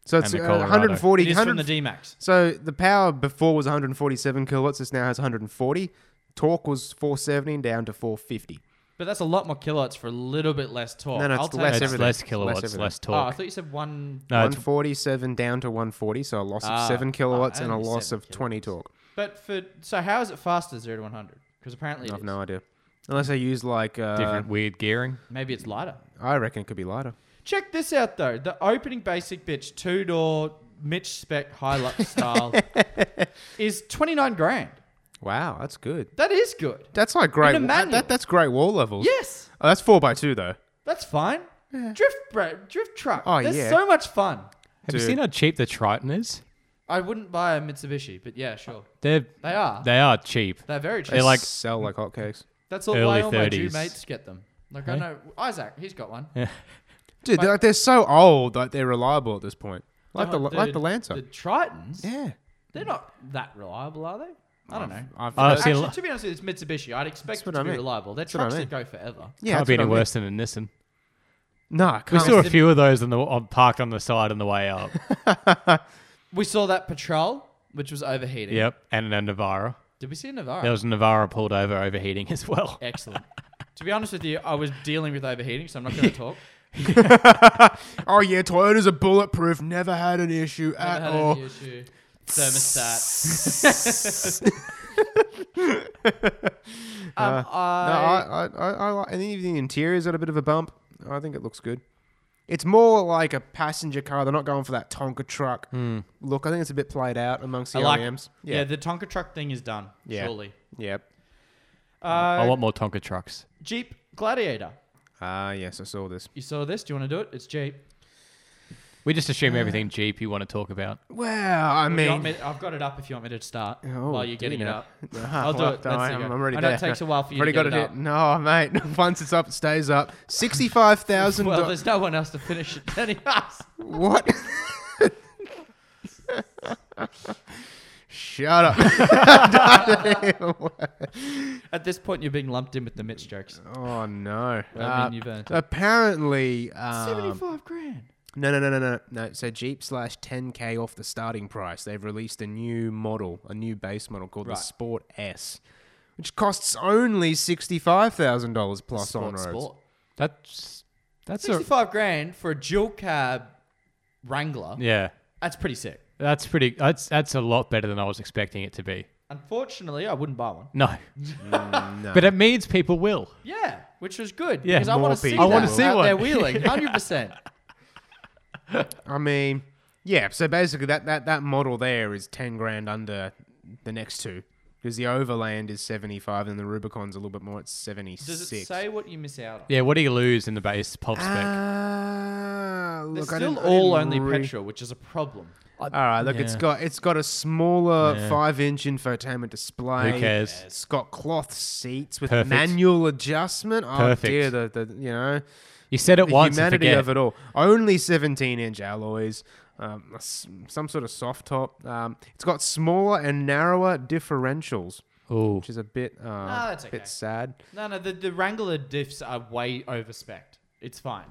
so it's
And
uh,
the Colorado.
140.
It is from
100
the D Max.
so the power before was 147 kilowatts. This now has 140. Torque was 470 and down to 450.
But that's a lot more kilowatts for a little bit less torque.
No, no, it's
I'll
the
take
less
it's
that.
everything.
less
It's less
kilowatts, less,
everything.
Oh, I
torque.
thought you said one.
no, it's-
147 down to 140, so a loss
Ah,
of seven kilowatts
ah,
and a
only
loss
seven
of 20
kilowatts.
torque.
But for so how is it faster zero to one hundred? Because apparently it
I've
is.
no idea. Unless I use like, uh,
different weird gearing.
maybe it's lighter.
I reckon it could be lighter.
Check this out though. The opening basic bitch two door Mitch spec
[laughs]
Hilux style is twenty nine grand.
Wow, that's good.
That is good.
That's like great.
And a
that,
manual.
that, that's great wall levels.
Yes,
Oh, that's four by two though.
that's fine. Drift bra- drift truck.
Oh,
That's
yeah.
so much fun.
Have
Dude.
you seen how cheap the Triton is?
I wouldn't buy a Mitsubishi, but yeah, sure.
They're
They are.
they are cheap.
They're very cheap.
They're like
sell like hotcakes,
That's all
early
why all my Jew
30s.
mates get them. Like I
Hey?
know Isaac, he's got one.
dude. They're, like, they're so old, like they're reliable at this point.
Oh,
Like the,
No,
like the Lancer.
The Tritons,
yeah,
they're not that reliable, are they? I don't know.
I've,
I've
heard-
seen-
Actually, to be honest with you, it's Mitsubishi. I'd expect
what
it to
I
be
mean.
reliable. They're
what I
trucks
mean.
that go forever.
yeah,
can't
that's
be
what
any
I mean.
worse than a
[laughs]
Nissan.
No, I
We
can't.
saw a few of those on the on, parked on the side on the way
[laughs]
up.
We saw that patrol, which was overheating.
yep, and a Navara.
Did we see a Navara?
There was a Navara pulled over overheating as well.
Excellent. to be honest with you, I was dealing with overheating, so I'm not going to
[laughs]
talk.
oh yeah, Toyotas are bulletproof. Never had an issue
Never
at
had
all.
any issue. Thermostat. um,
[laughs] Uh, No,
I,
I, I, I, I like and even the interior's got a bit of a bump. I think it looks good. It's more like a passenger car. They're not going for that Tonka truck look. I think it's a bit played out amongst the
I like.
OEMs.
Yeah. the Tonka truck thing is done.
E Yeah.
Surely.
Yep.
I
Uh,
want more Tonka trucks.
Jeep Gladiator.
Ah, yes, I saw this.
You saw this? Do you want to do it? It's Jeep.
We just assume everything Jeep you want to talk about.
Well, I
Do you want
mean,
me-
[laughs]
I've got it up if you want me to start
Oh,
while you're
do you
getting it
now?
up.
Nah,
I'll do
well,
it.
no,
Let's
I'm,
see.
I'm already
I know
there.
it takes a while for you
Already
to get
got
it up.
in. No, mate. [laughs] Once it's up, it stays
[laughs]
up. Sixty-five thousand.
Well, there's no one else to finish it than us.
what? Shut up.
At this point, you're being lumped in with the Mitch jokes.
Oh no. Uh,
Well, I mean, you've earned-
apparently, um,
Seventy-five grand.
no, no, no, no, no, no. So Jeep slash 10k off the starting price. They've released a new model, a new base model called
Right.
the Sport S, which costs only sixty-five thousand dollars plus on roads.
That's that's a,
Sixty-five grand for a dual cab Wrangler.
yeah.
That's pretty sick.
That's pretty. That's that's a lot better than I was expecting it to be.
Unfortunately, I wouldn't buy one.
No,
Mm,
but it means people will.
Yeah, which was good.
Yeah,
because I
more
want to see.
people.
I wanna
that
see
out there
one.
[laughs] wheeling, hundred percent.
I mean, yeah. So basically, that that that model there is ten grand under the next two. 'Cause because the Overland is 75 and the Rubicon's a little bit more. It's 76.
Does it say what you miss out on?
Yeah, what do you lose in the base pop spec?
Uh, Ah,
They're
look, I
still
didn't- I
all
didn't
only
re-
petrol, which is a problem.
All right, look, it's
Yeah.
got it's got a smaller
Yeah.
five-inch infotainment display.
Who cares?
It's got cloth seats with
Perfect.
manual adjustment. Oh
Perfect.
dear, the, the you know
You said it
the
once. and
humanity
forget.
of it all. Only 17-inch alloys. Um, s- some sort of soft top. Um, it's got smaller and narrower differentials,
Ooh.
which is a bit uh,
Ah, that's okay.
bit sad.
No, no, the, the Wrangler diffs are way over spec It's fine.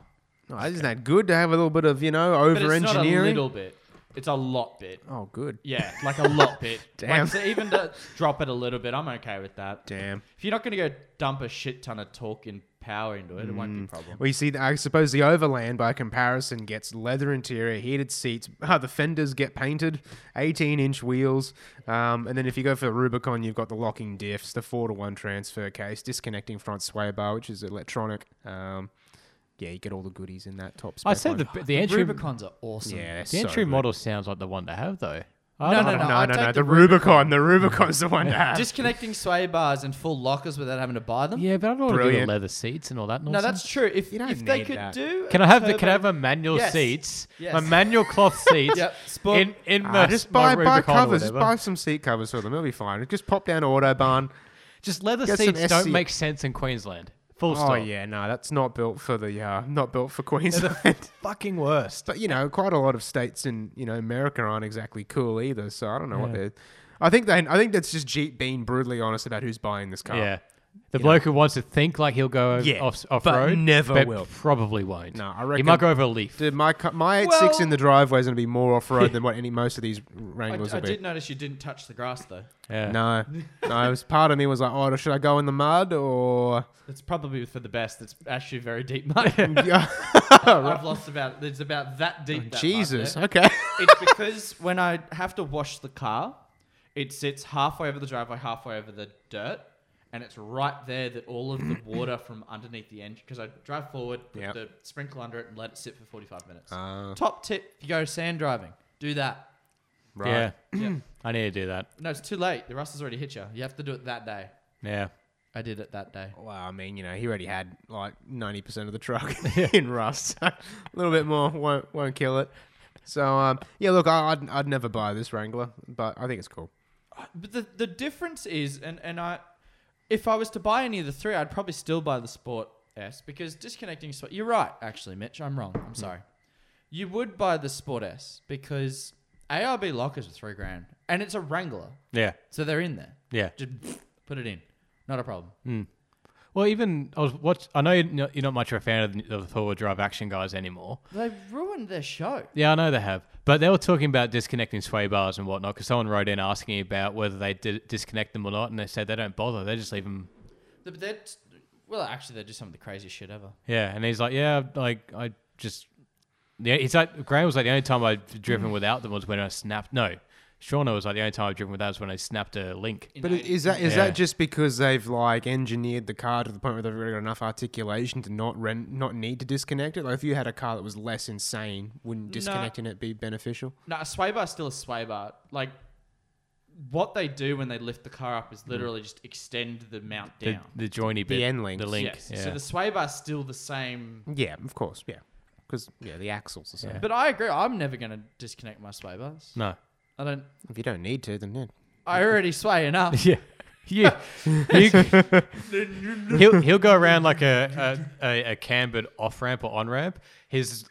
No, isn't that good to have a little bit of you know
But
over
it's not a
engineering?
little bit. It's a lot bit.
Oh, good.
Yeah, like a lot
[laughs]
bit.
Damn.
Like, so even to drop it a little bit, I'm okay with that.
Damn.
If you're not going to go dump a shit ton of torque and power into it, it won't be a problem.
Mm. Well, you see, I suppose the Overland, by comparison, gets leather interior, heated seats. [laughs] Uh, the fenders get painted, 18-inch wheels, um, and then if you go for the Rubicon, you've got the locking diffs, the four-to-one transfer case, disconnecting front sway bar, which is electronic. Um, yeah, you get all the goodies in that top. Spec
I said the,
one.
the entry
Rubicons are awesome.
yeah,
the entry model sounds like the one to have though. I
No,
don't
no,
know.
No, no,
I'd
no,
take
no.
the
The Rubicon. The Rubicon's
[laughs]
the one to have.
Disconnecting sway bars and full lockers without having to buy them.
Yeah, but I don't want to do the
Brilliant.
leather seats and all that.
No,
Nonsense.
that's true. If,
You don't
if they
need
could
that.
do, a
Can I have the can I have
turbo-
a manual
Yes.
seats? My
Yes.
manual
[laughs]
cloth seats.
Yep. Sport.
In in
Ah,
my,
just
my
buy, buy
Rubicon or
covers. Just
whatever.
buy some seat covers for them. It'll be fine. Just pop down to Autobahn.
Just leather
Get some
seats don't
SC.
make sense in Queensland. Full
Oh
stop.
yeah, no, that's not built for the [laughs] uh, not built for
They're
[laughs] Queensland.
the fucking worst.
but you know, quite a lot of states in you know America aren't exactly cool either. So I don't know what they're. I think they. I think that's just Jeep being brutally honest about who's buying this car.
Yeah. The bloke who wants to think like he'll go
Yeah,
off
but
off road
never will.
Probably won't.
No, I
He
reckon-
might go over a leaf.
Dude, my ca- my eight
Well-
six in the driveway is going to be more off [laughs] road than what any most of these
I,
Wranglers
I
will be.
did notice you didn't touch the grass though.
Yeah.
No, no. It was part of me was like, oh, should I go in the mud
[laughs]
or? [laughs]
It's probably for the best. It's actually very deep [laughs] mud.
Yeah.
I've lost about. It's about that deep. that mud
Jesus.
there.
Okay.
it's because when I have to wash the car, it sits halfway over the driveway, halfway over the dirt, and it's right there that all of the water from underneath the engine. Because I drive forward, put
Yep.
the sprinkle under it, and let it sit for forty-five minutes. Top tip: if you go sand driving, do that.
Right. [clears throat]
Yeah.
Yeah.
I need to do that.
No, it's too late. The rust has already hit you. You have to do it that day.
Yeah.
I did it that day.
Well, I mean, you know, he already had like ninety percent of the [laughs] truck in rust. So a little bit more won't won't kill it. So um, yeah, look, I, I'd I'd never buy this Wrangler, but I think it's cool.
But the the difference is, and and I, if I was to buy any of the three, I'd probably still buy the Sport S because disconnecting. Sport, you're right, actually, Mitch. I'm wrong. I'm sorry. You would buy the Sport S because ARB lockers are three grand, and it's a Wrangler,
Yeah.
so they're in there.
Yeah.
Just put it in, not a problem.
Well, even I was watch. I know you're not, you're not much of a fan of the, of the four-wheel drive action guys anymore.
They ruined their show.
Yeah, I know they have, but they were talking about disconnecting sway bars and whatnot because someone wrote in asking about whether they did disconnect them or not, and they said they don't bother. They just leave them.
But they're t- well, actually, they're just some of the craziest shit ever.
Yeah, and he's like, yeah, like I just. Yeah, he's like Graham was like the only time I've driven without them was when I snapped. No, Shauna was like the only time I've driven without was when I snapped a link.
You
But
know,
i- is that is
Yeah.
that just because they've like engineered the car to the point where they've already got enough articulation to not rent, not need to disconnect it? Like if you had a car that was less insane, wouldn't disconnecting it be beneficial?
No, a sway bar's still a sway bar. Like, what they do when they lift the car up is literally just extend the mount
The,
down.
the joiny bit,
end links.
the link.
Yes.
Yeah.
So the sway bar's still the same.
Yeah, of course, yeah, because yeah, the axles are
Yeah.
something.
But I agree. I'm never going to disconnect my sway bars.
no.
I don't.
If you don't need to, then yeah.
I already
[laughs]
sway
[laughs]
enough.
Yeah. Yeah. [laughs] You- [laughs]
[laughs]
he'll he'll go around like a a, a, a cambered off ramp or on ramp. His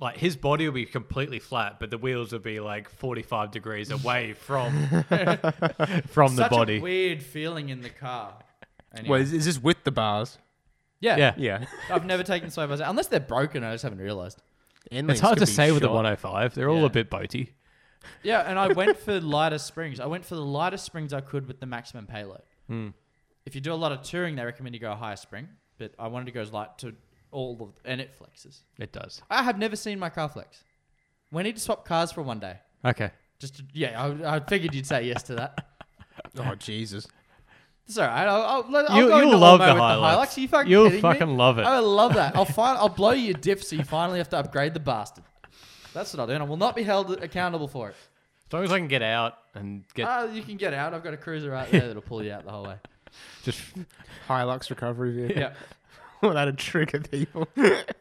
like his body will be completely flat, but the wheels will be like forty five degrees away
[laughs]
from [laughs] from the
Such
body.
a weird feeling in the car. Anyway.
Well, is, is this with the bars?
yeah.
yeah.
[laughs] Yeah,
I've never taken sway bars out. unless they're broken. I just haven't realized.
It's hard to say with the 105. They're all
Yeah.
a bit boaty.
Yeah, and I went for lighter springs. I went for the lightest springs I could with the maximum payload.
Hmm.
If you do a lot of touring, they recommend you go a higher spring, but I wanted to go as light to all of, and it flexes.
It does.
I have never seen my car flex. We need to swap cars for one day.
Okay.
Just to, yeah, I, I figured you'd say yes to that.
Oh Jesus.
It's all right. I'll, I'll, let- I'll
You-
go
you'll
into
love
Ormo
the
with
Hilux.
Hilux. Are you fucking
You'll
kidding me?
fucking love it.
I will
[laughs]
love that. I'll find. I'll blow your diff so you finally have to upgrade the bastard. That's what I'll do, and I will not be held accountable for it.
As long as I can get out and get
Uh,
Ah, you can get out. I've got a cruiser out there that'll pull you out the
[laughs]
whole way.
just
Hilux recovery vehicle.
Yeah.
[laughs] well, that'd trigger [laughs] people.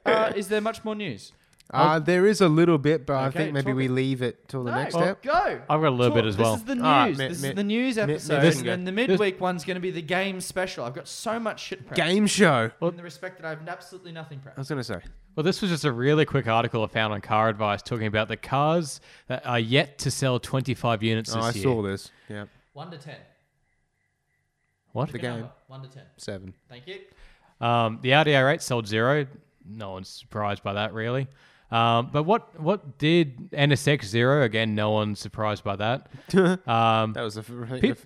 Uh, is there much more news?
uh, there is a little bit, but I
Okay,
think maybe
talk
we
it.
leave it till the
No,
next step.
Go.
I've got a little bit as well.
This is the news.
Alright, mid-
this is
mid-
the news
mid-
episode.
midweek.
and then the midweek one's going to be the game special. I've got so much shit prepped.
Game show.
In the respect that I have absolutely nothing
I
prepped.
was gonna say.
Well, this was just a really quick article I found on Car Advice talking about the cars that are yet to sell 25 units
Oh,
this
I
year.
saw this. Yeah,
One to ten.
What?
the game
One to ten.
seven.
Thank you.
Um, the RDA rate sold zero. No one's surprised by that, really. Um, but what what did NSX zero again? No one's surprised by that. um,
That was the, f- the
Peep-
f-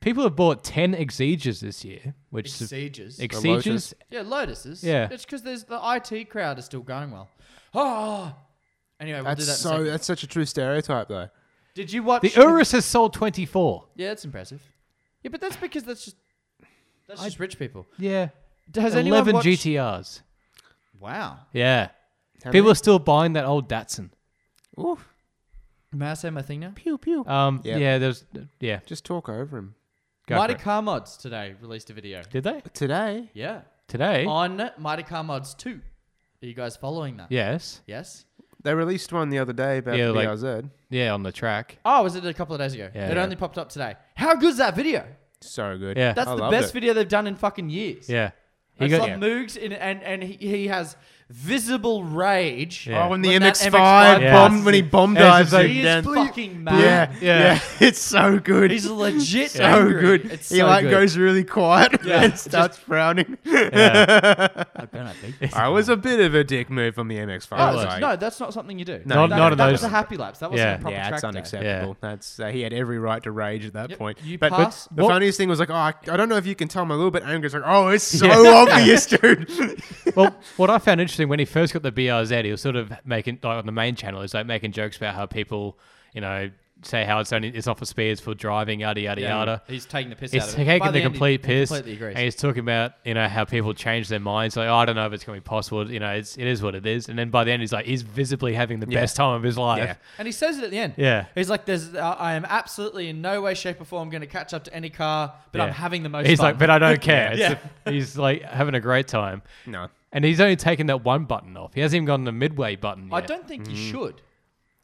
people have bought ten Exeges this year, which is-
Sieges.
Exeges.
yeah, Lotuses.
Yeah.
It's because there's the IT crowd is still going well. Oh. Anyway, we'll
that's
do that. in a
so.
second.
That's such a true stereotype, though.
Did you watch
The Urus has sold twenty four.
Yeah, that's impressive. Yeah, but that's because that's just that's just rich people.
Yeah,
Has anyone
eleven
watched?
GTRs.
Wow.
Yeah, people
How many-
are still buying that old Datsun.
Oof.
May I say my thing now?
Pew pew.
Um,
Yeah.
yeah, there's yeah.
Uh, Just talk over him
Go
Mighty
for it.
Car Mods today released a video.
Did they
today.
Yeah.
today?
On Mighty Car Mods 2. Are you guys following that?
yes.
Yes?
They released one the other day about
Yeah,
the
like-
BRZ.
Yeah, on the track.
Oh, was it a couple of days ago?
Yeah,
it
yeah.
only popped up today. How good's that video?
so good.
Yeah.
That's
I
the
loved
best
it.
video they've done in fucking years.
Yeah,
He
he
got
got
like Moogs in, and, and he, he has visible rage.
Yeah.
Oh, when the
When that
MX5
MX5
bomb
passes.
when he bomb
Yeah, it's
dives
just like-
in
He
down-
is fucking mad.
Yeah, yeah, [laughs]
Yeah.
It's so good.
He's legit
so
angry.
Oh, good.
It's
he
so
like
good.
goes really quiet
Yeah,
and
just-
starts frowning. [laughs]
I don't know, mate.
I was a bit of a dick move on the MX5.
Oh,
I was
that's-
like,
no, that's not something you do.
No, Not-
that,
not
in
that
those-
was a happy lapse. That wasn't
Yeah.
a proper
yeah,
track
it's
day.
unacceptable. That's uh, he had every right to rage at that
Yep,
point.
you
but
pass-
the
What-
funniest thing was like, oh, I, I don't know if you can tell, I'm a little bit angry. It's like, oh, it's so obvious, dude.
well, what I found interesting when he first got the BRZ, he was sort of making like on the main channel, he was like making jokes about how people, you know, say how it's only it's off for speeds for driving, yada yada yada.
He's taking the piss out
He's
of it.
taking
By
the,
end, he-
complete
he
piss,
Completely agrees.
and he's talking about you know how people change their minds. Like, oh, I don't know if it's going to be possible. You know, it's, it is what it is. And then by the end, he's like, he's visibly having the best time of his life.
And he says it at the end.
Yeah.
He's like, "There's, uh, I am absolutely in no way, shape, or form going to catch up to any car, but I'm
Yeah.
having the most
He's
fun."
like, but I don't care.
[laughs] Yeah.
It's a- he's like having a great time,
no,
and he's only taken that one button off. He hasn't even gotten the midway button. Yet.
I don't think
Mm.
you should.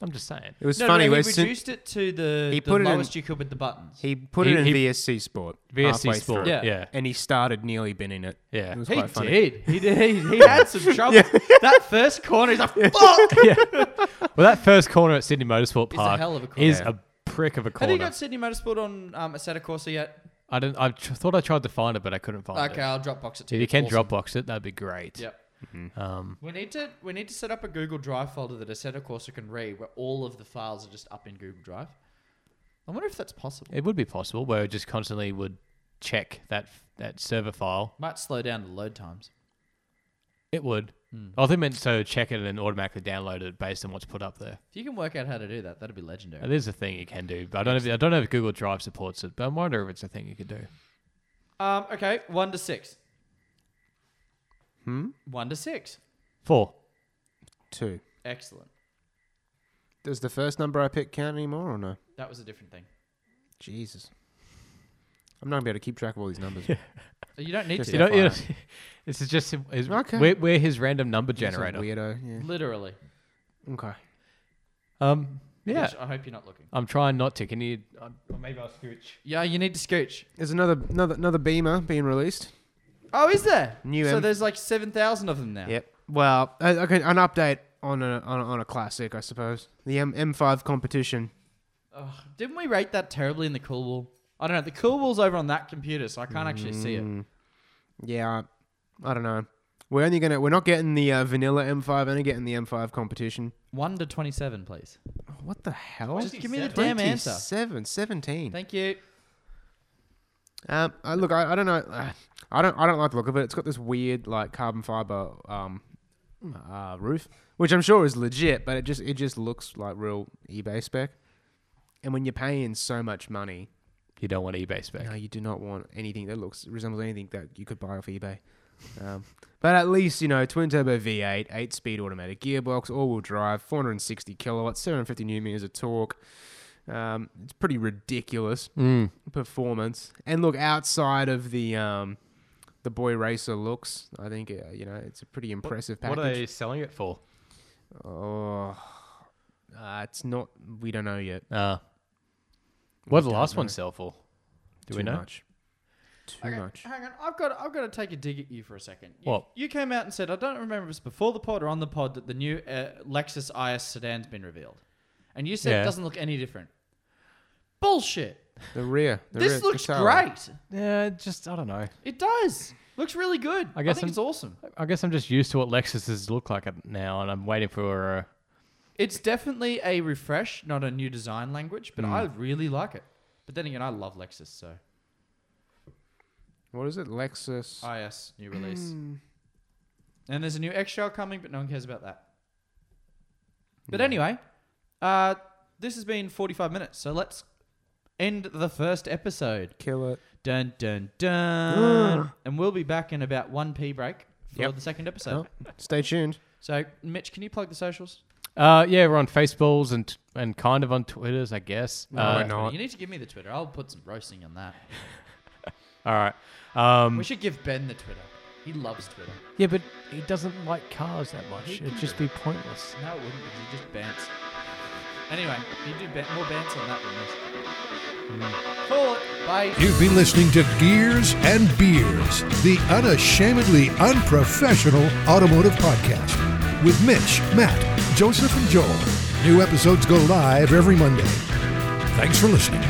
I'm just saying.
it was
no,
funny.
no, no,
where
he
sin-
reduced it to the,
He
the
put it in-
lowest you could with the buttons.
he put
He-
it in
he-
VSC Sport.
VSC
halfway
Sport.
through.
Yeah.
yeah.
and he started nearly binning it.
Yeah.
it was
He
quite funny.
did. He did. He,
[laughs]
he had some trouble. That first corner, he's like, "Fuck!"
Well, that first corner at Sydney Motorsport
a
Park
hell of a corner.
is
Yeah.
a prick of a
Have
corner.
you got Sydney Motorsport on um, Assetto Corsa yet?
I didn't. I tr- thought I tried to find it, but I couldn't find
Okay,
it.
I'll Dropbox it to
If
you.
you
It's
can
awesome.
Dropbox it, that'd be great.
Yep.
Um,
We need to we need to set up a Google Drive folder that Assetto Corsa can read, where all of the files are just up in Google Drive. I wonder if that's possible.
it would be possible where it just constantly would check that that server file.
Might slow down the load times.
It would.
Hmm.
I think it meant so check it and then automatically download it based on what's put up there.
If you can work out how to do that, that'd be legendary.
Now, there's a thing you can do, but I don't know. If, I don't know if Google Drive supports it, but I wonder if it's a thing you could do.
Um, okay, one to six. Hmm. One to six.
Four.
Two.
Excellent.
Does the first number I picked count anymore or no?
That was a different thing.
Jesus. I'm not gonna be able to keep track of all these [laughs] numbers.
You don't need
Just
to.
You
Yeah,
know, you know,
fine.
[laughs] this is just his,
Okay.
we're, we're his random number
He's a
generator. [laughs]
Weirdo.
Literally.
Yeah. Okay.
Um, yeah,
Which I hope you're not looking.
I'm trying not to. Can you? Um, maybe I'll scooch.
Yeah, you need to scooch.
There's another another another Beamer being released.
Oh, is there?
New
so
M-
there's like seven thousand of them now.
Yep. Well, uh, okay, an update on a on a, on a classic, I suppose. The M M5 competition.
Ugh, didn't we rate that terribly in the cool wall? I don't know. The cool wall's over on that computer, so I can't actually see it.
Mm.
Yeah, I, I don't know. We're only gonna we're not getting the uh, vanilla M5, only getting the M5 competition.
One to twenty-seven, please.
Oh, what the hell?
Just give me the damn answer.
Seven, 17.
Thank you.
Um, I, look, I, I don't know. Uh, I don't. I don't like the look of it. It's got this weird, like carbon fiber um, uh, roof, which I'm sure is legit, but it just it just looks like real eBay spec. And when you're paying so much money,
You don't want eBay spec.
no, you do not want anything that looks resembles anything that you could buy off eBay. Um, but at least you know twin turbo V8, eight speed automatic gearbox, all wheel drive, 460 kilowatts, 750 newton meters of torque. Um, it's pretty ridiculous
Hmm.
performance. And look, outside of the um, the boy racer looks, I think uh, you know it's a pretty impressive
What are
package.
they selling it for?
Oh, uh, it's not. We don't know yet.
Uh, what did the
don't
last one
know.
sell for? Do
Too
we know?
Much. Too
Okay,
much.
Hang on, I've got I've got to take a dig at you for a second. You,
What?
you came out and said I don't remember if it's before the pod or on the pod that the new uh, Lexus IS sedan's been revealed, and you said
Yeah.
it doesn't look any different. Bullshit.
The rear. The rear,
this
the
looks
tail.
great.
Yeah, just I don't know.
It does. Looks really good.
I
I,
guess
think
I'm-
it's awesome.
I guess I'm just used to what Lexuses look like now, and I'm waiting for. Uh,
It's definitely a refresh, not a new design language, but
Hmm.
I really like it. But then again, I love Lexus, so
What is it? Lexus.
IS new release. and there's a new XL coming, but no one cares about that. But anyway, uh, this has been 45 minutes, so let's end the first episode.
Kill it.
Dun dun dun. and we'll be back in about one p break for
Yep.
the second episode.
Oh, stay tuned.
So, Mitch, can you plug the socials?
uh, yeah, we're on Facebooks and and kind of on Twitters, I guess.
No,
Uh,
we're not.
You need to give me the Twitter. I'll put some roasting on that.
All right. Um,
We should give Ben the Twitter. He loves Twitter.
Yeah, but he doesn't like cars that much.
He
It'd just be pointless.
No, it wouldn't because he just bants. Anyway, you do ban- more bants on that than this. Call it. Bye.
You've been listening to Gears and Beers, the unashamedly unprofessional automotive podcast with Mitch, Matt, Joseph, and Joel. New episodes go live every Monday. Thanks for listening.